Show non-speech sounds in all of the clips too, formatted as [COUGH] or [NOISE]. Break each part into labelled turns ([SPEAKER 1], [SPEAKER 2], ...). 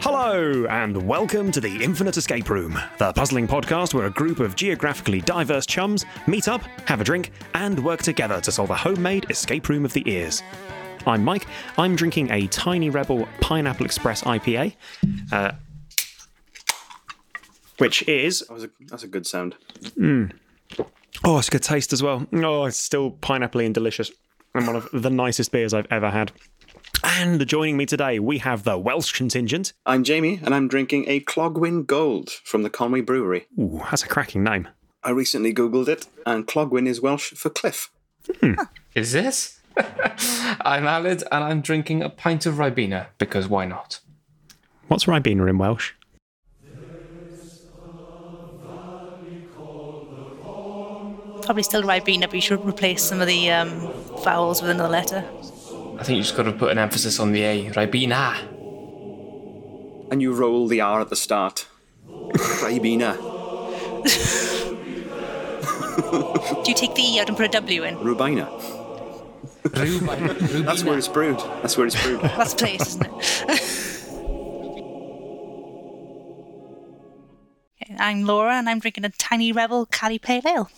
[SPEAKER 1] Hello, and welcome to the Infinite Escape Room, the puzzling podcast where a group of geographically diverse chums meet up, have a drink, and work together to solve a homemade escape room of the ears. I'm Mike. I'm drinking a Tiny Rebel Pineapple Express IPA, uh, which is
[SPEAKER 2] That was a, that's a good sound.
[SPEAKER 1] Oh, it's a good taste as well. Oh, it's still pineapple and delicious. And one of the nicest beers I've ever had. And joining me today, we have the Welsh contingent.
[SPEAKER 2] I'm Jamie, and I'm drinking a Clogwyn Gold from the Conway Brewery.
[SPEAKER 1] Ooh, that's a cracking name.
[SPEAKER 2] I recently Googled it, and Clogwyn is Welsh for cliff.
[SPEAKER 3] Is this? [LAUGHS] I'm Alid and I'm drinking a pint of Ribena because why not?
[SPEAKER 1] What's Ribena in Welsh?
[SPEAKER 4] Probably still Ribena, but you should replace some of the um, vowels with another letter.
[SPEAKER 3] I think you just got to put an emphasis on the A. Ribena.
[SPEAKER 2] And you roll the R at the start. Ribena.
[SPEAKER 4] Do you take the E out and put a W in?
[SPEAKER 2] Rubina.
[SPEAKER 3] Rubina.
[SPEAKER 2] That's where it's
[SPEAKER 3] Rubina.
[SPEAKER 2] brewed. That's where it's brewed.
[SPEAKER 4] [LAUGHS] That's a place, isn't it? Okay, I'm Laura, and I'm drinking a Tiny Rebel Cali Pale Ale.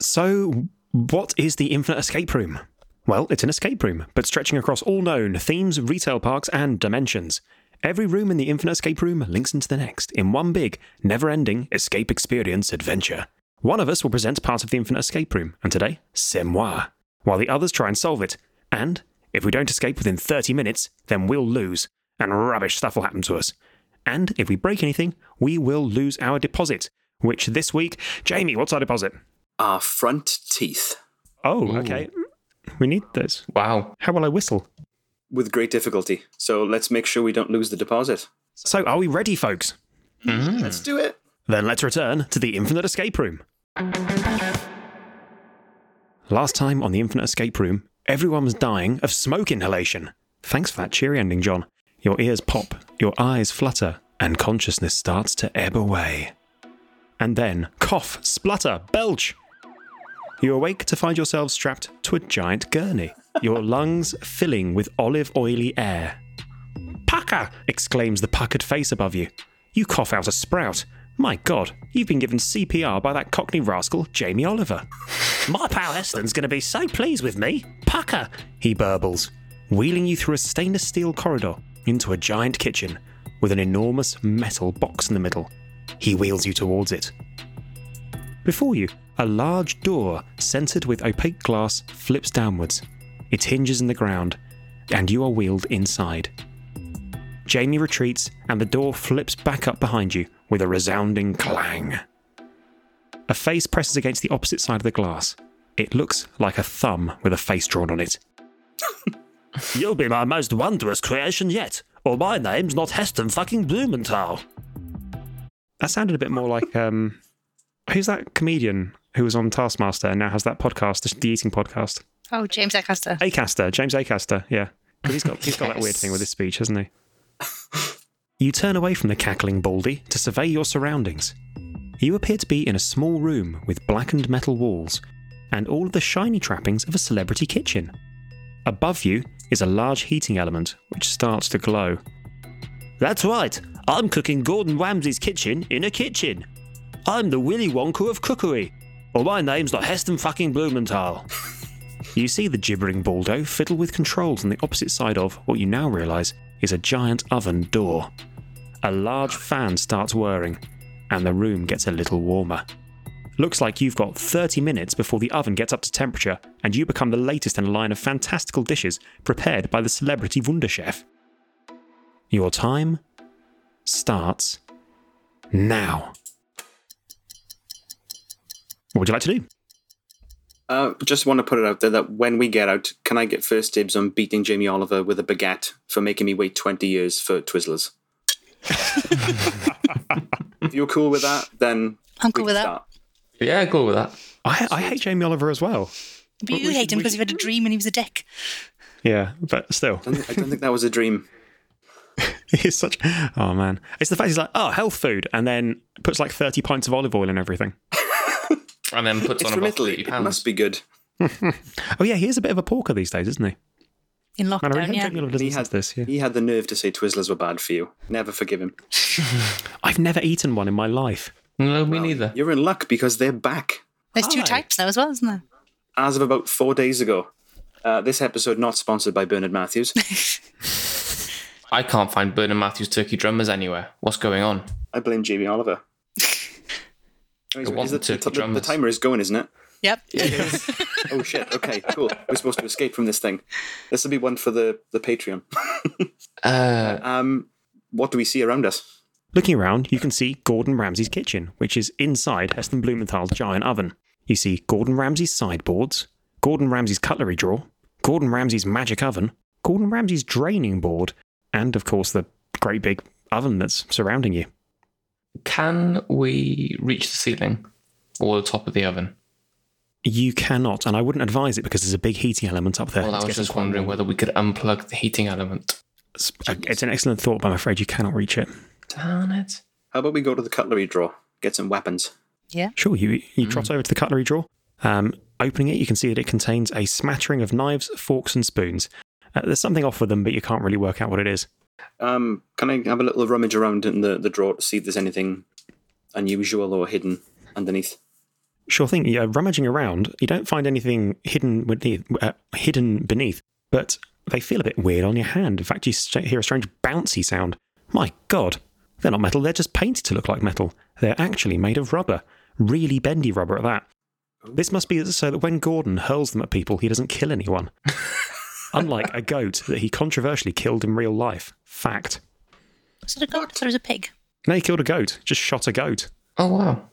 [SPEAKER 1] So, what is the Infinite Escape Room? Well, it's an escape room, but stretching across all known themes, retail parks, and dimensions. Every room in the Infinite Escape Room links into the next in one big, never ending escape experience adventure. One of us will present part of the Infinite Escape Room, and today, c'est moi, while the others try and solve it. And if we don't escape within 30 minutes, then we'll lose, and rubbish stuff will happen to us. And if we break anything, we will lose our deposit, which this week, Jamie, what's our deposit?
[SPEAKER 2] Our front teeth.
[SPEAKER 1] Oh, okay. We need those.
[SPEAKER 3] Wow.
[SPEAKER 1] How will I whistle?
[SPEAKER 2] With great difficulty. So let's make sure we don't lose the deposit.
[SPEAKER 1] So, are we ready, folks?
[SPEAKER 2] Let's do it.
[SPEAKER 1] Then let's return to the Infinite Escape Room. Last time on the Infinite Escape Room, everyone was dying of smoke inhalation. Thanks for that cheery ending, John. Your ears pop, your eyes flutter, and consciousness starts to ebb away. And then cough, splutter, belch. You awake to find yourselves strapped to a giant gurney, your lungs filling with olive oily air. Pucker! exclaims the puckered face above you. You cough out a sprout. My god, you've been given CPR by that cockney rascal, Jamie Oliver. My pal Heston's gonna be so pleased with me. Pucker! he burbles, wheeling you through a stainless steel corridor into a giant kitchen with an enormous metal box in the middle. He wheels you towards it. Before you, a large door centered with opaque glass flips downwards. It hinges in the ground, and you are wheeled inside. Jamie retreats and the door flips back up behind you with a resounding clang. A face presses against the opposite side of the glass. It looks like a thumb with a face drawn on it. [LAUGHS] You'll be my most wondrous creation yet, or my name's not Heston fucking Blumenthal. That sounded a bit more like um who's that comedian who was on Taskmaster and now has that podcast, the- the eating podcast?
[SPEAKER 4] Oh, James Acaster.
[SPEAKER 1] Acaster, James Acaster, yeah. 'Cause He's got he's got that weird thing with his speech, hasn't he? You turn away from the cackling baldy to survey your surroundings. You appear to be in a small room with blackened metal walls and all of the shiny trappings of a celebrity kitchen. Above you is a large heating element which starts to glow. That's right. I'm cooking Gordon Ramsay's kitchen in a kitchen. I'm the Willy Wonka of cookery. Or my name's not Heston fucking Blumenthal. You see the gibbering Baldo fiddle with controls on the opposite side of what you now realise is a giant oven door. A large fan starts whirring, and the room gets a little warmer. Looks like you've got 30 minutes before the oven gets up to temperature, and you become the latest in a line of fantastical dishes prepared by the celebrity Wunderchef. Your time starts now. What would you like to do?
[SPEAKER 2] Uh, just want to put it out there that when we get out, can I get first dibs on beating Jamie Oliver with a baguette for making me wait 20 years for Twizzlers? if you're cool with that, then
[SPEAKER 4] I'm cool
[SPEAKER 2] we
[SPEAKER 4] with
[SPEAKER 2] can
[SPEAKER 4] that.
[SPEAKER 2] start.
[SPEAKER 3] Yeah, cool with that.
[SPEAKER 1] I, I hate Jamie Oliver as well.
[SPEAKER 4] But you
[SPEAKER 1] we
[SPEAKER 4] hate
[SPEAKER 1] should-
[SPEAKER 4] him
[SPEAKER 1] we
[SPEAKER 4] because
[SPEAKER 1] should-
[SPEAKER 4] you had a dream and he was a dick.
[SPEAKER 1] Yeah, but still, [LAUGHS]
[SPEAKER 2] I don't- I don't think that was a dream.
[SPEAKER 1] he's such. Oh man, it's the fact he's like, oh, health food, and then puts like thirty pints of olive oil in everything.
[SPEAKER 3] And then puts
[SPEAKER 2] It's
[SPEAKER 3] on
[SPEAKER 2] from
[SPEAKER 3] about
[SPEAKER 2] Italy.
[SPEAKER 3] 30
[SPEAKER 2] It
[SPEAKER 3] pounds.
[SPEAKER 2] must be good.
[SPEAKER 1] Oh yeah, he is a bit of a porker these days, isn't he?
[SPEAKER 4] in
[SPEAKER 1] Man, I really
[SPEAKER 4] lockdown.
[SPEAKER 1] hope
[SPEAKER 4] Um, Yeah,
[SPEAKER 1] Jamie Oliver
[SPEAKER 2] He
[SPEAKER 1] doesn't
[SPEAKER 2] had
[SPEAKER 1] listen to this. Yeah.
[SPEAKER 2] He had the nerve to say Twizzlers were bad for you. Never forgive him.
[SPEAKER 1] I've never eaten one in my life.
[SPEAKER 3] No, me neither.
[SPEAKER 2] You're in luck because they're back.
[SPEAKER 4] there's two
[SPEAKER 1] Hi.
[SPEAKER 4] types now as well, isn't there?
[SPEAKER 2] As of about four days ago. Uh, this episode not sponsored by Bernard
[SPEAKER 4] [LAUGHS]
[SPEAKER 2] Matthews.
[SPEAKER 3] I can't find Bernard Matthews turkey drummers anywhere. What's going on?
[SPEAKER 2] I blame Jamie
[SPEAKER 4] [LAUGHS]
[SPEAKER 2] Oliver. Is
[SPEAKER 3] want
[SPEAKER 2] the,
[SPEAKER 3] to
[SPEAKER 2] the, the
[SPEAKER 3] drummers.
[SPEAKER 2] timer is going, isn't it?
[SPEAKER 4] Yep.
[SPEAKER 1] [LAUGHS]
[SPEAKER 2] Oh shit! Okay, cool. We're supposed to escape from this thing. This will be one for the the Patreon.
[SPEAKER 3] Uh,
[SPEAKER 2] Um, what do we see around us?
[SPEAKER 1] Looking around, you can see Gordon Ramsay's kitchen, which is inside Heston Blumenthal's giant oven. You see Gordon Ramsay's sideboards, Gordon Ramsay's cutlery drawer, Gordon Ramsay's magic oven, Gordon Ramsay's draining board, and of course the great big oven that's surrounding you.
[SPEAKER 3] can we reach the ceiling or the top of the oven?
[SPEAKER 1] You cannot, and I wouldn't advise it because there's a big heating element up
[SPEAKER 2] Uh,
[SPEAKER 1] there.
[SPEAKER 3] Well, I
[SPEAKER 1] It's
[SPEAKER 3] was
[SPEAKER 1] getting
[SPEAKER 3] just
[SPEAKER 1] quite
[SPEAKER 3] wondering
[SPEAKER 1] warm.
[SPEAKER 3] whether we could unplug the heating element.
[SPEAKER 1] It's, uh, it's an excellent thought, but I'm afraid you cannot reach it.
[SPEAKER 3] Darn it.
[SPEAKER 2] How about we go to the cutlery drawer, get some weapons?
[SPEAKER 4] Yeah.
[SPEAKER 1] Sure, you
[SPEAKER 3] Hmm.
[SPEAKER 1] you trot over to the cutlery drawer. Um, opening it, you can see that it contains a smattering of knives, forks, and spoons. Uh, there's something off with them, but you can't really work out what it is.
[SPEAKER 2] Um, can I have a little rummage around in the, the drawer to see if there's anything unusual or hidden underneath?
[SPEAKER 1] Sure thing. Yeah, rummaging around, you don't find anything hidden beneath, uh, hidden beneath, but they feel a bit weird on your hand. In fact, you st- hear a strange bouncy sound. My God, they're not metal. They're just painted to look like metal. They're actually made of rubber, really bendy rubber at that. This must be so that when Gordon hurls them at people, he doesn't kill anyone. Unlike a goat that he controversially killed in real life. Fact.
[SPEAKER 4] Was it a goat? I thought it was a pig.
[SPEAKER 1] No, he killed a goat. Just shot a goat.
[SPEAKER 3] Oh, wow.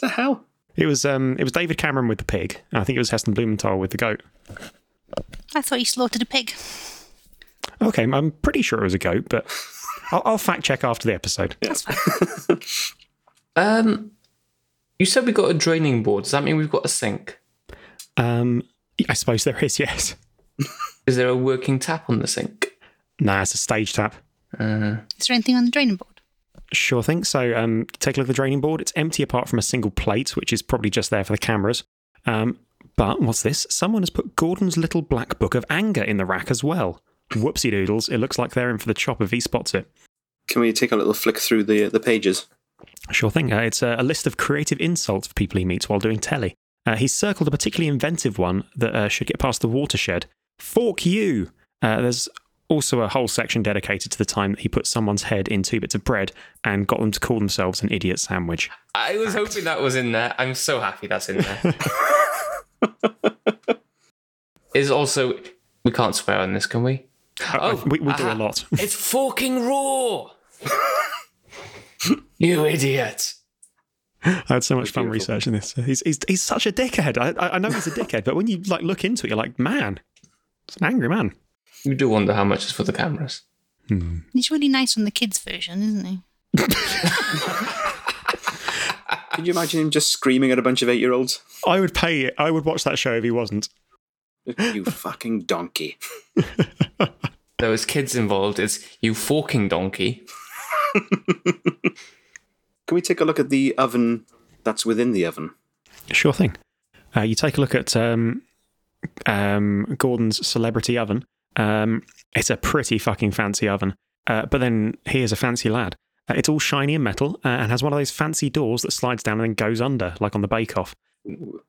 [SPEAKER 2] The hell?
[SPEAKER 1] It was um, it was David Cameron with the pig, and I think it was Heston Blumenthal with the goat.
[SPEAKER 4] I thought you slaughtered a pig.
[SPEAKER 1] Okay, I'm pretty sure it was a goat, but I'll, I'll fact check after the episode.
[SPEAKER 4] That's fine.
[SPEAKER 3] Um, you said we got a draining board. Does that mean we've got a sink?
[SPEAKER 1] Um, I suppose there is, [LAUGHS] yes.
[SPEAKER 3] Is there a working tap on the sink?
[SPEAKER 1] Nah, it's a stage tap.
[SPEAKER 3] Uh,
[SPEAKER 4] Is there anything on the draining board?
[SPEAKER 1] Sure thing. So um, take a look at the draining board. It's empty apart from a single plate, which is probably just there for the cameras. Um, but what's this? Someone has put Gordon's little black book of anger in the rack as well. Whoopsie doodles. It looks like they're in for the chop if he spots it.
[SPEAKER 2] Can we take a little flick through the the pages?
[SPEAKER 1] Sure thing. Uh, it's a, a list of creative insults for people he meets while doing telly. Uh, he's circled a particularly inventive one that uh, should get past the watershed. Fork you! Uh, there's also a whole section dedicated to the time that he put someone's head in two bits of bread and got them to call themselves an idiot sandwich. Uh,
[SPEAKER 3] I was hoping that was in there. I'm so happy that's in [LAUGHS] there. Is also we can't swear on this, can we?
[SPEAKER 1] Uh, we we do
[SPEAKER 3] aha.
[SPEAKER 1] a lot. [LAUGHS]
[SPEAKER 3] It's forking raw. you idiot.
[SPEAKER 1] I had so much fun researching this. He's, he's, he's such a dickhead. I, I- I know he's a dickhead, but when you like look into it, you're like, man, it's an angry man.
[SPEAKER 3] You do wonder how much is for the cameras.
[SPEAKER 4] He's really nice on the kids' version, isn't he?
[SPEAKER 2] Could you imagine him just screaming at a bunch of eight year olds?
[SPEAKER 1] I would pay it. I would watch that show if he wasn't.
[SPEAKER 2] You fucking donkey!
[SPEAKER 3] There was kids involved. It's you forking donkey.
[SPEAKER 2] Can we take a look at the oven that's within the oven?
[SPEAKER 1] Sure thing. Uh, you take a look at um, um, Gordon's celebrity oven. Um, it's a pretty fucking fancy oven. Uh, but then he is a fancy lad. Uh, it's all shiny and metal uh, and has one of those fancy doors that slides down and then goes under, like on the Bake Off.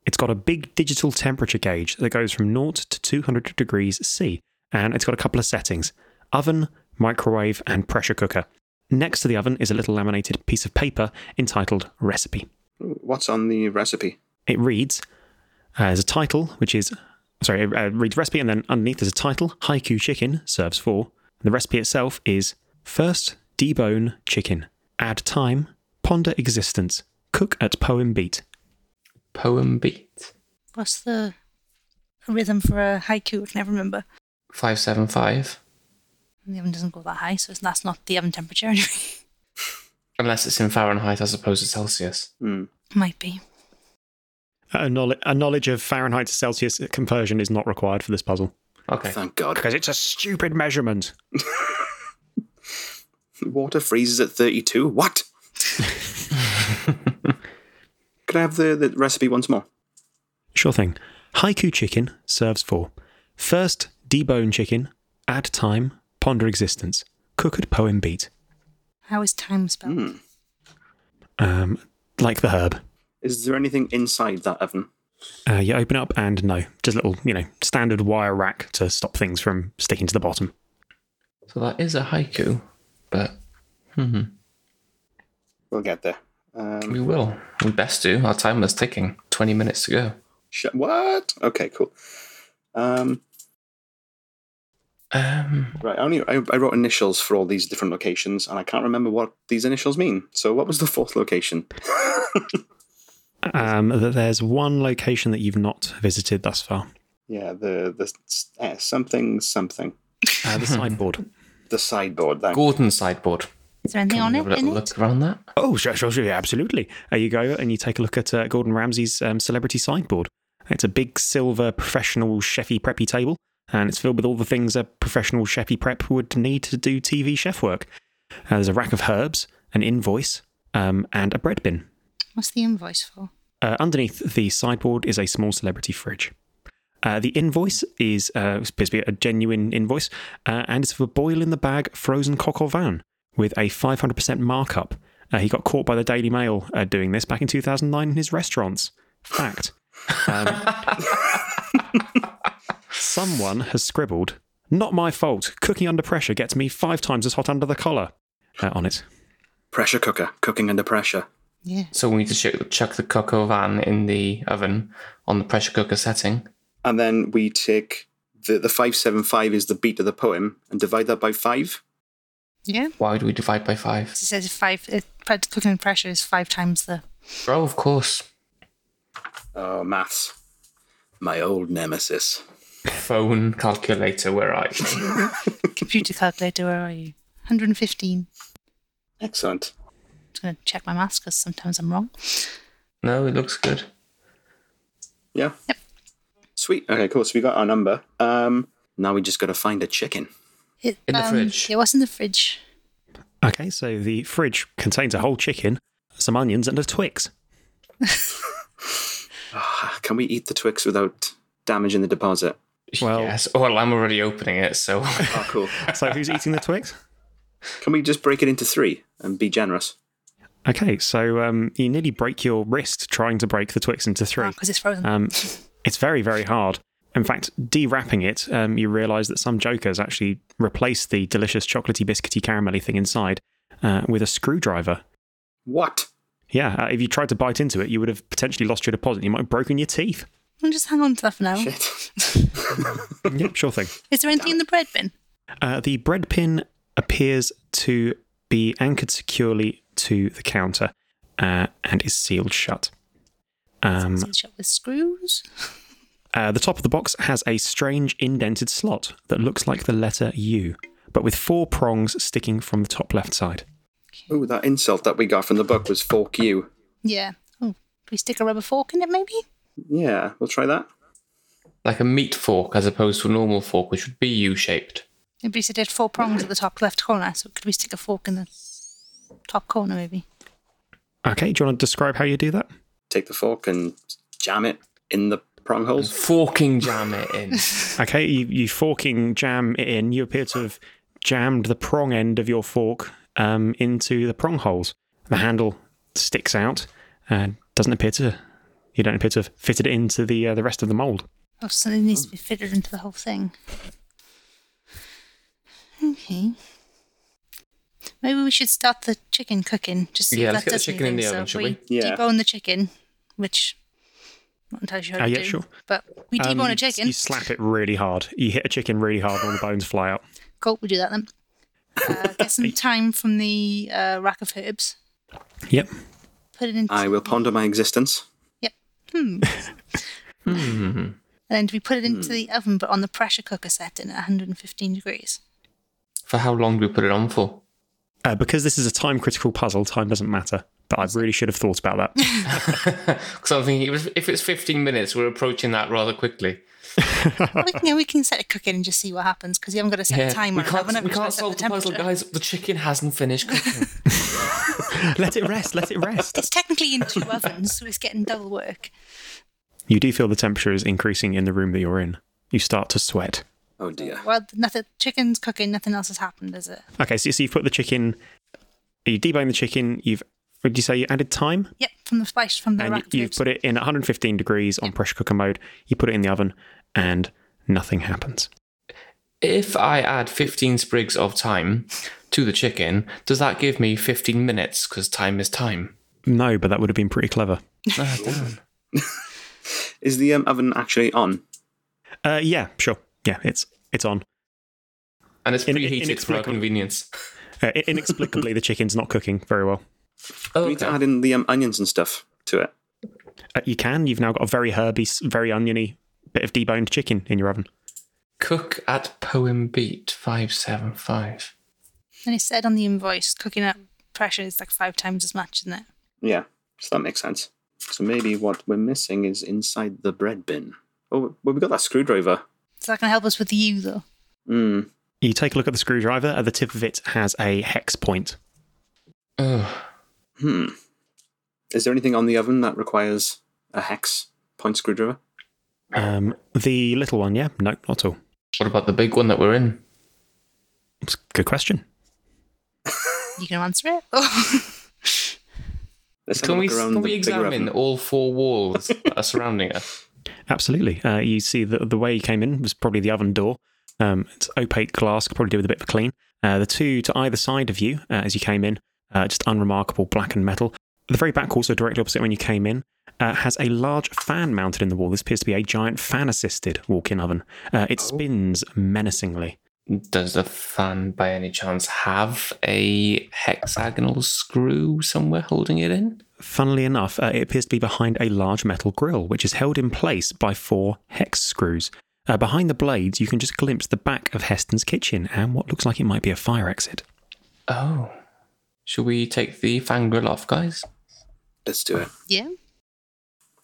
[SPEAKER 1] It's got a big digital temperature gauge that goes from 0 to 200 degrees C. And it's got a couple of settings oven, microwave, and pressure cooker. Next to the oven is a little laminated piece of paper entitled Recipe.
[SPEAKER 2] What's on the recipe?
[SPEAKER 1] It reads uh, there's a title, which is sorry, it uh, reads recipe, and then underneath there's a title: Haiku Chicken serves four. The recipe itself is first debone chicken, add time, ponder existence, cook at poem beat.
[SPEAKER 3] Poem beat.
[SPEAKER 4] What's the rhythm for a haiku? I can never remember.
[SPEAKER 3] Five seven five.
[SPEAKER 4] The oven doesn't go that high, so it's, that's not the oven temperature anyway. [LAUGHS]
[SPEAKER 3] Unless it's in Fahrenheit as opposed to Celsius.
[SPEAKER 2] Hmm.
[SPEAKER 4] Might be.
[SPEAKER 1] A, knowl- a knowledge of Fahrenheit to Celsius conversion is not required for this puzzle
[SPEAKER 3] Okay.
[SPEAKER 2] Thank God.
[SPEAKER 1] because it's a stupid measurement.
[SPEAKER 2] Water freezes at thirty two. What? Could I have the, the recipe once more?
[SPEAKER 1] Sure thing. Haiku chicken serves for first debone chicken, add time, ponder existence, cooked poem beat,
[SPEAKER 4] How is time spelled?
[SPEAKER 2] Hmm.
[SPEAKER 1] um, like the herb.
[SPEAKER 2] Is there anything inside that oven?
[SPEAKER 1] Uh, you open up and no, just little, you know, standard wire rack to stop things from sticking to the bottom.
[SPEAKER 3] So that is a haiku, but hmm,
[SPEAKER 2] We'll get there. Um,
[SPEAKER 3] we will. We best do. Our time was ticking. 20 minutes to go.
[SPEAKER 2] sh- what? Okay, cool. Um,
[SPEAKER 3] Um,
[SPEAKER 2] right, I only I, I wrote initials for all these different locations, and I can't remember what these initials mean. So, what was the fourth location?
[SPEAKER 1] Um, th- there's one location that you've not visited thus far.
[SPEAKER 2] yeah, the the s- eh, something something
[SPEAKER 1] Uh, the sideboard.
[SPEAKER 2] the sideboard. That
[SPEAKER 3] Gordon sideboard.
[SPEAKER 4] Is there anything on
[SPEAKER 3] Can we
[SPEAKER 4] it?
[SPEAKER 3] have a
[SPEAKER 4] In
[SPEAKER 3] little
[SPEAKER 4] it?
[SPEAKER 3] look around that.
[SPEAKER 1] Oh, sure, sure, sure, yeah, absolutely. Uh, you go and you take a look at uh, Gordon Ramsay's um, celebrity sideboard. It's a big silver professional chefy preppy table, and it's filled with all the things a professional chefy prep would need to do TV chef work. Uh, there's a rack of herbs, an invoice, um, and a bread bin.
[SPEAKER 4] What's the invoice for?
[SPEAKER 1] Uh, underneath the sideboard is a small celebrity fridge. Uh, the invoice is uh, it's supposed to be a genuine invoice, uh, and it's for boil in the bag frozen coq au vin with a 500% markup. Uh, he got caught by the Daily Mail uh, doing this back in 2009 in his restaurants. Fact. Um, [LAUGHS] someone has scribbled, "Not my fault. Cooking under pressure gets me five times as hot under the collar." Uh, on it.
[SPEAKER 2] pressure cooker, cooking under pressure.
[SPEAKER 4] Yeah.
[SPEAKER 3] So we need to chuck, chuck the cocoa van in the oven on the pressure cooker setting.
[SPEAKER 2] and then we take the the five seven five is the beat of the poem and divide that by five.
[SPEAKER 4] Yeah.
[SPEAKER 3] Why do we divide by five?
[SPEAKER 4] It says five. It, cooking and pressure is five times the.
[SPEAKER 3] Oh, of course.
[SPEAKER 2] Oh, maths, my old nemesis.
[SPEAKER 3] Phone calculator, where are you?
[SPEAKER 4] Computer calculator, where are you? 115.
[SPEAKER 2] Excellent.
[SPEAKER 4] Just going to check my maths because sometimes I'm wrong.
[SPEAKER 3] no, it looks good.
[SPEAKER 2] Yeah.
[SPEAKER 4] Yep.
[SPEAKER 2] Sweet. Okay, cool. So we got our number. Um, now we just got to find a chicken.
[SPEAKER 4] It,
[SPEAKER 3] In the fridge.
[SPEAKER 4] It was in the fridge.
[SPEAKER 1] Okay, so the fridge contains a whole chicken, some onions, and a Twix.
[SPEAKER 2] Ah, Can we eat the Twix without damaging the deposit?
[SPEAKER 1] Well-
[SPEAKER 3] yes. Well, I'm already opening it, so [LAUGHS]
[SPEAKER 2] Oh, cool.
[SPEAKER 1] So who's eating the Twix?
[SPEAKER 2] Can we just break it into three and be generous?
[SPEAKER 1] Okay, so um, you nearly break your wrist trying to break the Twix into three.
[SPEAKER 4] Because Oh, it's frozen.
[SPEAKER 1] Um, it's very, very hard. In fact, de-wrapping it, um, you realise that some jokers actually replace the delicious chocolatey, biscuity, caramelly thing inside uh, with a screwdriver.
[SPEAKER 2] What?
[SPEAKER 1] Yeah, uh, if you tried to bite into it, you would have potentially lost your deposit. You might have broken your teeth.
[SPEAKER 4] I'll just hang on to that for now.
[SPEAKER 2] Shit. [LAUGHS]
[SPEAKER 1] yep, sure thing.
[SPEAKER 4] Is there anything in the bread bin?
[SPEAKER 1] Uh, the bread pin appears to be anchored securely to the counter uh, and is sealed shut. Um,
[SPEAKER 4] Is it shut with screws?
[SPEAKER 1] Uh, the top of the box has a strange indented slot that looks like the letter U, but with four prongs sticking from the top left side.
[SPEAKER 2] Ooh, that insult that we got from the book was fork you.
[SPEAKER 4] Yeah. Oh, can we stick a rubber fork in it maybe?
[SPEAKER 2] Yeah, we'll try that.
[SPEAKER 3] like a meat fork as opposed to a normal fork, which would be U-shaped.
[SPEAKER 4] Nobody said it had four prongs at the top left corner, so could we stick a fork in the top corner maybe?
[SPEAKER 1] Okay, do you want to describe how you do that?
[SPEAKER 2] Take the fork and jam it in the prong holes.
[SPEAKER 3] Forking jam it [LAUGHS] in.
[SPEAKER 1] Okay, you, you forking jam it in. You appear to have jammed the prong end of your fork um, into the prong holes. The handle sticks out and doesn't appear to. You don't appear to have fitted it into the uh, the rest of the mold.
[SPEAKER 4] Oh, so it needs to be fitted into the whole thing. Okay. Maybe we should start the chicken cooking. Just see
[SPEAKER 3] Yeah,
[SPEAKER 4] if
[SPEAKER 3] let's
[SPEAKER 4] that
[SPEAKER 3] get the
[SPEAKER 4] does
[SPEAKER 3] chicken in
[SPEAKER 4] anything.
[SPEAKER 3] the oven,
[SPEAKER 4] so
[SPEAKER 3] shall
[SPEAKER 4] if
[SPEAKER 3] we?
[SPEAKER 2] Yeah.
[SPEAKER 4] Debone the chicken, which I'm not entirely sure how
[SPEAKER 1] Oh,
[SPEAKER 4] to
[SPEAKER 1] yeah,
[SPEAKER 4] do.
[SPEAKER 1] sure.
[SPEAKER 4] But we debone
[SPEAKER 1] Um,
[SPEAKER 4] a chicken.
[SPEAKER 1] You slap it really hard. You hit a chicken really hard, and all the bones fly out.
[SPEAKER 4] Cool, we do
[SPEAKER 1] [LAUGHS]
[SPEAKER 4] that then. Uh, get some thyme from the uh, rack of herbs.
[SPEAKER 1] Yep.
[SPEAKER 4] Put it into.
[SPEAKER 2] I will ponder my existence.
[SPEAKER 4] Yep. Hmm.
[SPEAKER 3] Hmm.
[SPEAKER 4] And then do we put it into the oven, but on the pressure cooker setting at
[SPEAKER 3] [LAUGHS]
[SPEAKER 4] 115 degrees?
[SPEAKER 3] For how long do we put it on for?
[SPEAKER 1] Uh, because this is a time critical puzzle, time doesn't matter. But I really should have thought about that.
[SPEAKER 3] [LAUGHS] Because I'm thinking, if it's- if it's 15 minutes, we're approaching that rather quickly.
[SPEAKER 4] we, can, yeah, we can set it cooking and just see what happens because you haven't got to set a timer.
[SPEAKER 3] we
[SPEAKER 4] and
[SPEAKER 3] can't,
[SPEAKER 4] oven, haven't
[SPEAKER 3] we
[SPEAKER 4] you?
[SPEAKER 3] can't
[SPEAKER 4] Just set
[SPEAKER 3] solve the puzzle,
[SPEAKER 4] temperature.
[SPEAKER 3] guys. The chicken hasn't finished cooking. [LAUGHS]
[SPEAKER 1] let it rest. Let it rest.
[SPEAKER 4] [LAUGHS] It's technically in two ovens, so it's getting double work.
[SPEAKER 1] You do feel the temperature is increasing in the room that you're in. You start to sweat.
[SPEAKER 2] Oh dear.
[SPEAKER 4] Well, nothing. Chicken's cooking. Nothing else has happened, is it?
[SPEAKER 1] Okay, so, so you've put the chicken. You debone the chicken. You've. Would you say you added time?
[SPEAKER 4] Yep, from the spice from the
[SPEAKER 1] and
[SPEAKER 4] rack.
[SPEAKER 1] you, you've put it in 115 degrees on pressure cooker mode. You put it in the oven, and nothing happens.
[SPEAKER 3] If I add 15 sprigs of thyme to the chicken, does that give me 15 minutes? Because time is
[SPEAKER 4] [LAUGHS]
[SPEAKER 3] time.
[SPEAKER 1] No, but that would have been pretty clever.
[SPEAKER 4] Oh,
[SPEAKER 3] Ah, damn.
[SPEAKER 2] Is the um, oven actually on?
[SPEAKER 1] Uh, yeah, sure. Yeah, it's it's on.
[SPEAKER 3] And it's
[SPEAKER 1] In-
[SPEAKER 3] preheated for our
[SPEAKER 1] inexplicable.
[SPEAKER 3] convenience.
[SPEAKER 1] Uh, i- inexplicably, the chicken's not cooking very well.
[SPEAKER 3] Oh,
[SPEAKER 2] We need to
[SPEAKER 3] okay.
[SPEAKER 2] add in the um, onions and stuff to it.
[SPEAKER 1] Uh, you can. You've now got a very herby, s- very oniony bit of deboned chicken in your oven.
[SPEAKER 3] Cook at Poem Beat 575.
[SPEAKER 4] And it said on the invoice, cooking at pressure is like five times as much, isn't it?
[SPEAKER 2] Yeah, so that makes sense. So maybe what we're missing is inside the bread bin. Oh, well, we got that screwdriver.
[SPEAKER 4] So that can help us with you though.
[SPEAKER 2] Mm.
[SPEAKER 1] You take a look at the screwdriver. At the tip of it has a hex point.
[SPEAKER 3] Oh,
[SPEAKER 2] Hmm. Is there anything on the oven that requires a hex point screwdriver?
[SPEAKER 1] Um, the little one, yeah, no, not at all.
[SPEAKER 3] what about the big one that we're in?
[SPEAKER 1] It's a good question.
[SPEAKER 4] You can answer it. Oh.
[SPEAKER 2] Let's have a
[SPEAKER 3] Can we,
[SPEAKER 2] look around
[SPEAKER 3] can
[SPEAKER 2] the
[SPEAKER 3] we
[SPEAKER 2] bigger oven.
[SPEAKER 3] examine all four walls that are surrounding
[SPEAKER 2] [LAUGHS]
[SPEAKER 3] us?
[SPEAKER 1] Absolutely. Uh, you see that the way you came in was probably the oven door. Um, it's opaque glass, could probably do with a bit of a clean. Uh, the two to either side of you uh, as you came in, uh, just unremarkable blackened metal. The very back wall, so directly opposite when you came in, uh, has a large fan mounted in the wall. This appears to be a giant fan assisted walk in oven. Uh, it spins menacingly.
[SPEAKER 3] Does the fan by any chance have a hexagonal screw somewhere holding it in?
[SPEAKER 1] Funnily enough, uh, it appears to be behind a large metal grill, which is held in place by four hex screws. Uh, behind the blades, you can just glimpse the back of Heston's kitchen and what looks like it might be a fire exit.
[SPEAKER 3] Oh. Should we take the fan grill off, guys?
[SPEAKER 2] Let's do it.
[SPEAKER 4] [LAUGHS] yeah.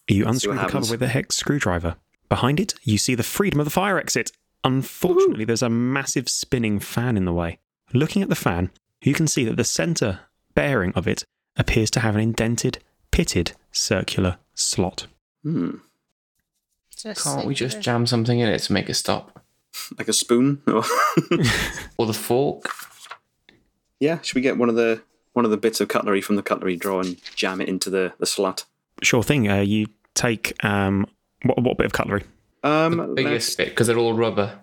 [SPEAKER 1] You
[SPEAKER 2] Let's see
[SPEAKER 1] unscrew
[SPEAKER 2] what
[SPEAKER 1] the cover
[SPEAKER 2] happens.
[SPEAKER 1] with a hex screwdriver. Behind it, you see the freedom of the fire exit. Unfortunately, there's a massive spinning fan in the way. Looking at the fan, you can see that the center bearing of it appears to have an indented, pitted, circular slot.
[SPEAKER 2] Hmm.
[SPEAKER 4] Just
[SPEAKER 3] Can't we just
[SPEAKER 4] uh,
[SPEAKER 3] jam something in it to make it stop?
[SPEAKER 2] Like a spoon?
[SPEAKER 3] [LAUGHS]
[SPEAKER 2] Or- [LAUGHS]
[SPEAKER 3] Or the fork?
[SPEAKER 2] yeah, should we get one of the one of the bits of cutlery from the cutlery drawer and jam it into the, the slot?
[SPEAKER 1] Sure thing. Uh, you take um, what, what bit of cutlery?
[SPEAKER 2] Um,
[SPEAKER 3] the
[SPEAKER 2] let's-
[SPEAKER 3] biggest bit because they're all rubber.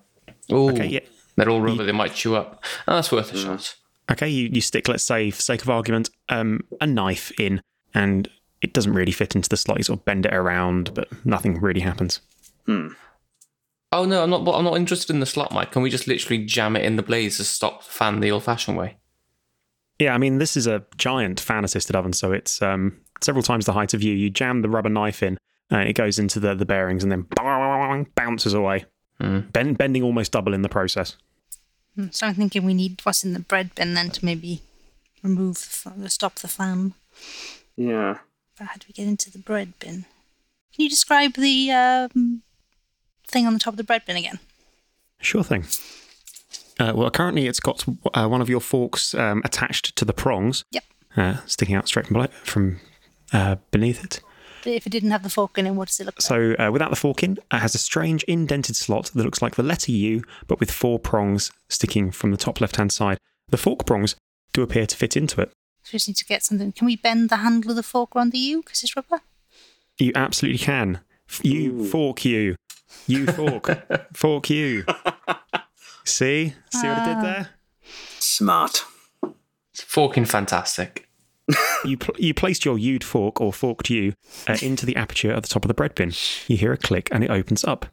[SPEAKER 3] Oh,
[SPEAKER 1] Okay, yeah.
[SPEAKER 3] they're all rubber. They might chew up. Oh, that's worth a
[SPEAKER 2] Mm.
[SPEAKER 3] shot.
[SPEAKER 1] Okay, you, you stick, let's say, for sake of argument, um, a knife in, and it doesn't really fit into the slot. You sort of bend it around, but nothing really happens.
[SPEAKER 3] Oh no, I'm not. well, I'm not interested in the slot, Mike. Can we just literally jam it in the blaze to stop the fan the old-fashioned way?
[SPEAKER 1] Yeah, I mean, this is a giant fan assisted oven, so it's um, several times the height of you. You jam the rubber knife in, and it goes into the, the bearings and then [LAUGHS] bang, bounces away, Bend, bending almost double in the process.
[SPEAKER 4] hmm, So I'm thinking we need what's in the bread bin then to maybe remove the, f- stop the fan.
[SPEAKER 2] yeah.
[SPEAKER 4] But how do we get into the bread bin? Can you describe the um, thing on the top of the bread bin again?
[SPEAKER 1] Sure thing. Uh, well, currently it's got uh, one of your forks um, attached to the prongs,
[SPEAKER 4] Yep.
[SPEAKER 1] uh, sticking out straight from, below, from uh, beneath it.
[SPEAKER 4] But if it didn't have the fork in it, what does it look like?
[SPEAKER 1] So, uh, without the fork in, it has a strange indented slot that looks like the letter U, but with four prongs sticking from the top left hand side. The fork prongs do appear to fit into it.
[SPEAKER 4] So we just need to get something. Can we bend the handle of the fork around the U because it's rubber?
[SPEAKER 1] You absolutely can. F- You
[SPEAKER 2] Ooh.
[SPEAKER 1] fork you. You fork. fork you. See? See what I did
[SPEAKER 4] Ah.
[SPEAKER 1] there?
[SPEAKER 2] Smart.
[SPEAKER 3] Forking, fantastic.
[SPEAKER 1] You, pl- you placed your U'd fork or forked you uh, into the aperture at the top of the bread bin. You hear a click and it opens up.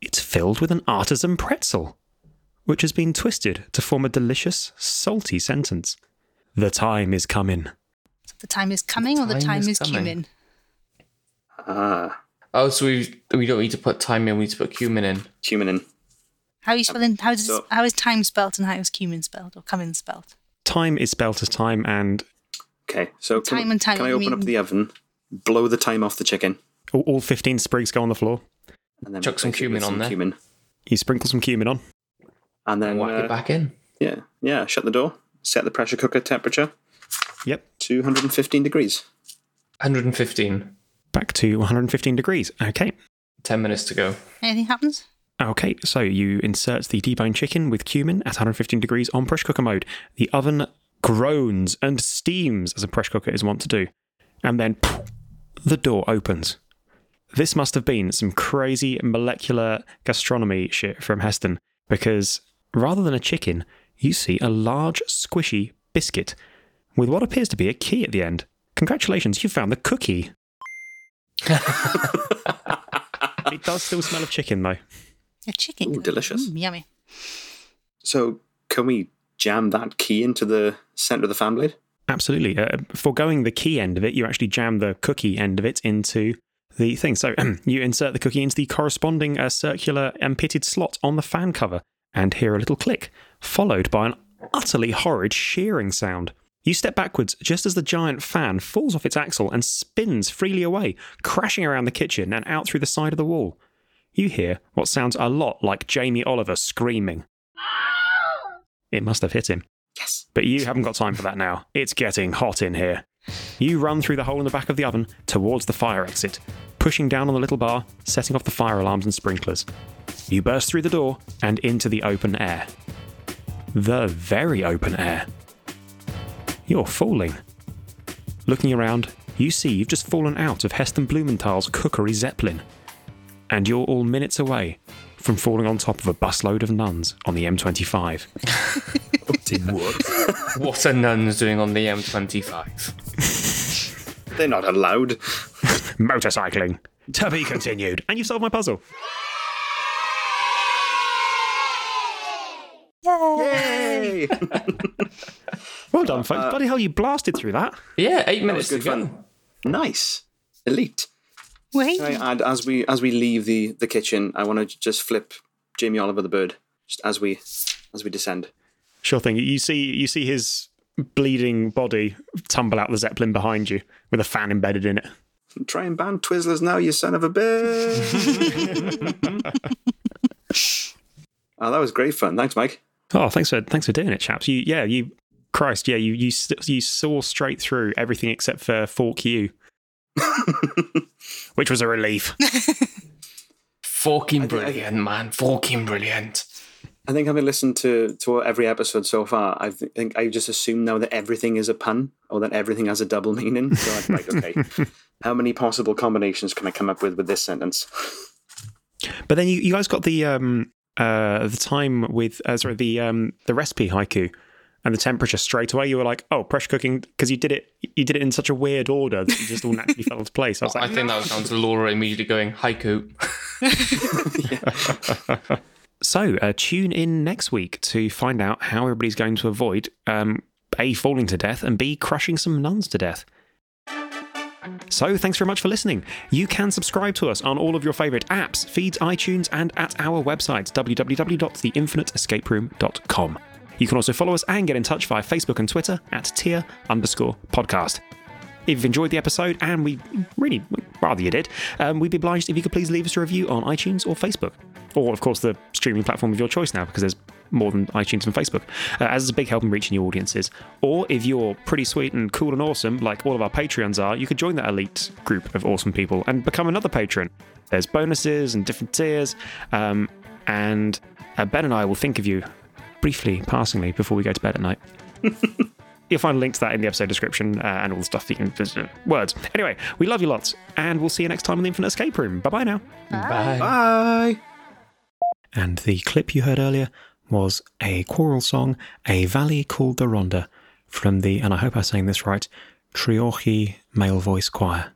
[SPEAKER 1] It's filled with an artisan pretzel, which has been twisted to form a delicious, salty sentence. The time is coming.
[SPEAKER 4] So the time is coming, or the
[SPEAKER 3] time
[SPEAKER 4] time
[SPEAKER 3] is
[SPEAKER 4] is,
[SPEAKER 3] coming.
[SPEAKER 4] cumin.
[SPEAKER 2] Ah,
[SPEAKER 3] Oh, so we we don't need to put time in. We need to put cumin in.
[SPEAKER 2] cumin in.
[SPEAKER 4] How are you spelling? How is
[SPEAKER 2] So-
[SPEAKER 4] how is time spelt and how is cumin spelled or cumin spelled?
[SPEAKER 1] Time is spelt as time, and
[SPEAKER 2] Okay, so can,
[SPEAKER 4] Time and time,
[SPEAKER 2] can I
[SPEAKER 4] you
[SPEAKER 2] open up
[SPEAKER 4] mean-
[SPEAKER 2] the oven, blow the time off the chicken,
[SPEAKER 1] all, all 15 sprigs go on the floor.
[SPEAKER 2] and then
[SPEAKER 3] Chuck some
[SPEAKER 2] replace it
[SPEAKER 3] cumin
[SPEAKER 2] with
[SPEAKER 3] on there.
[SPEAKER 2] Cumin,
[SPEAKER 1] You sprinkle some cumin on.
[SPEAKER 2] and then
[SPEAKER 3] And whack
[SPEAKER 2] uh,
[SPEAKER 3] it back in.
[SPEAKER 2] Yeah, yeah. Shut the door. Set the pressure cooker temperature
[SPEAKER 1] Yep.
[SPEAKER 2] two hundred and fifteen degrees.
[SPEAKER 3] 115.
[SPEAKER 1] back to 115 degrees. Okay.
[SPEAKER 3] 10 minutes to go.
[SPEAKER 4] Anything happens?
[SPEAKER 1] Okay, so you insert the deboned chicken with cumin at 115 degrees on pressure cooker mode. The oven groans and steams as a pressure cooker is wont to do. And then [SNIFFS] the door opens. This must have been some crazy molecular gastronomy shit from Heston because rather than a chicken, you see a large squishy biscuit with what appears to be a key at the end. Congratulations, you found the cookie. It does still smell of chicken though.
[SPEAKER 4] A chicken.
[SPEAKER 2] Ooh,
[SPEAKER 4] cookie.
[SPEAKER 2] delicious.
[SPEAKER 4] Mm, yummy.
[SPEAKER 2] So can we jam that key into the center of the fan blade?
[SPEAKER 1] Absolutely. Uh, foregoing the key end of it, you actually jam the cookie end of it into the thing. So [CLEARS THROAT] you insert the cookie into the corresponding uh, circular and pitted slot on the fan cover and hear a little click, followed by an utterly horrid shearing sound. You step backwards just as the giant fan falls off its axle and spins freely away, crashing around the kitchen and out through the side of the wall. You hear what sounds a lot like Jamie Oliver screaming. It must have hit him.
[SPEAKER 2] Yes.
[SPEAKER 1] But you haven't got time for that now. It's getting hot in here. You run through the hole in the back of the oven towards the fire exit, pushing down on the little bar, setting off the fire alarms and sprinklers. You burst through the door and into the open air. The very open air. You're falling. Looking around, you see you've just fallen out of Heston Blumenthal's cookery zeppelin. And you're all minutes away from falling on top of a busload of nuns on the M25.
[SPEAKER 3] What are nuns doing on the M25?
[SPEAKER 2] They're not allowed.
[SPEAKER 1] motorcycling. To be continued. And you solved my puzzle.
[SPEAKER 2] Yay!
[SPEAKER 1] Well done, folks. Bloody hell, you blasted through that.
[SPEAKER 3] Yeah, eight minutes
[SPEAKER 2] good
[SPEAKER 3] to go.
[SPEAKER 2] fun. [LAUGHS] nice. Elite.
[SPEAKER 4] Wait.
[SPEAKER 2] Can I add as we as we leave the the kitchen, I want to just flip Jamie Oliver the bird just as we as we descend.
[SPEAKER 1] Sure thing. You see, you see his bleeding body tumble out the zeppelin behind you with a fan embedded in it.
[SPEAKER 2] Try and ban Twizzlers now, you son of a bitch. [LAUGHS] oh, that was great fun. Thanks, Mike.
[SPEAKER 1] Oh, thanks for thanks for doing it, chaps. You, yeah, you, Christ, yeah, you you s- you saw straight through everything except for fork you, which was a relief.
[SPEAKER 3] Fucking brilliant, man. Fucking brilliant.
[SPEAKER 2] I think having listened to to every episode so far, I th- think I just assume now that everything is a pun or that everything has a double meaning. So I'm like, okay, how many possible combinations can I come up with with this sentence?
[SPEAKER 1] But then you, you guys got the um uh the time with uh, sorry the um the recipe haiku and the temperature straight away. You were like, oh, pressure cooking because you did it you did it in such a weird order that it just all naturally fell into place. I was
[SPEAKER 3] I
[SPEAKER 1] like,
[SPEAKER 3] think that was down to Laura immediately going, haiku.
[SPEAKER 1] so uh, tune in next week to find out how everybody's going to avoid um a falling to death and b crushing some nuns to death. So, thanks very much for listening. You can subscribe to us on all of your favourite apps, feeds, iTunes, and at our website, www.theinfiniteescaperoom.com. You can also follow us and get in touch via Facebook and Twitter at tier underscore podcast. If you've enjoyed the episode, and we really we'd rather you did, um, we'd be obliged if you could please leave us a review on iTunes or Facebook, or of course the streaming platform of your choice now, because there's more than iTunes and Facebook, uh, as it's a big help in reaching your audiences. Or if you're pretty sweet and cool and awesome, like all of our Patreons are, you could join that elite group of awesome people and become another patron. There's bonuses and different tiers, um, and uh, Ben and I will think of you briefly, passingly, before we go to bed at night. You'll find a link to that in the episode description uh, and all the stuff that you can visit. Words. Anyway, we love you lots, and we'll see you next time in the Infinite Escape Room. Bye bye now.
[SPEAKER 3] Bye.
[SPEAKER 2] Bye.
[SPEAKER 1] And the clip you heard earlier was a choral song, A Valley Called the Ronda, from the, and I hope I'm saying this right, Triochi Male Voice Choir.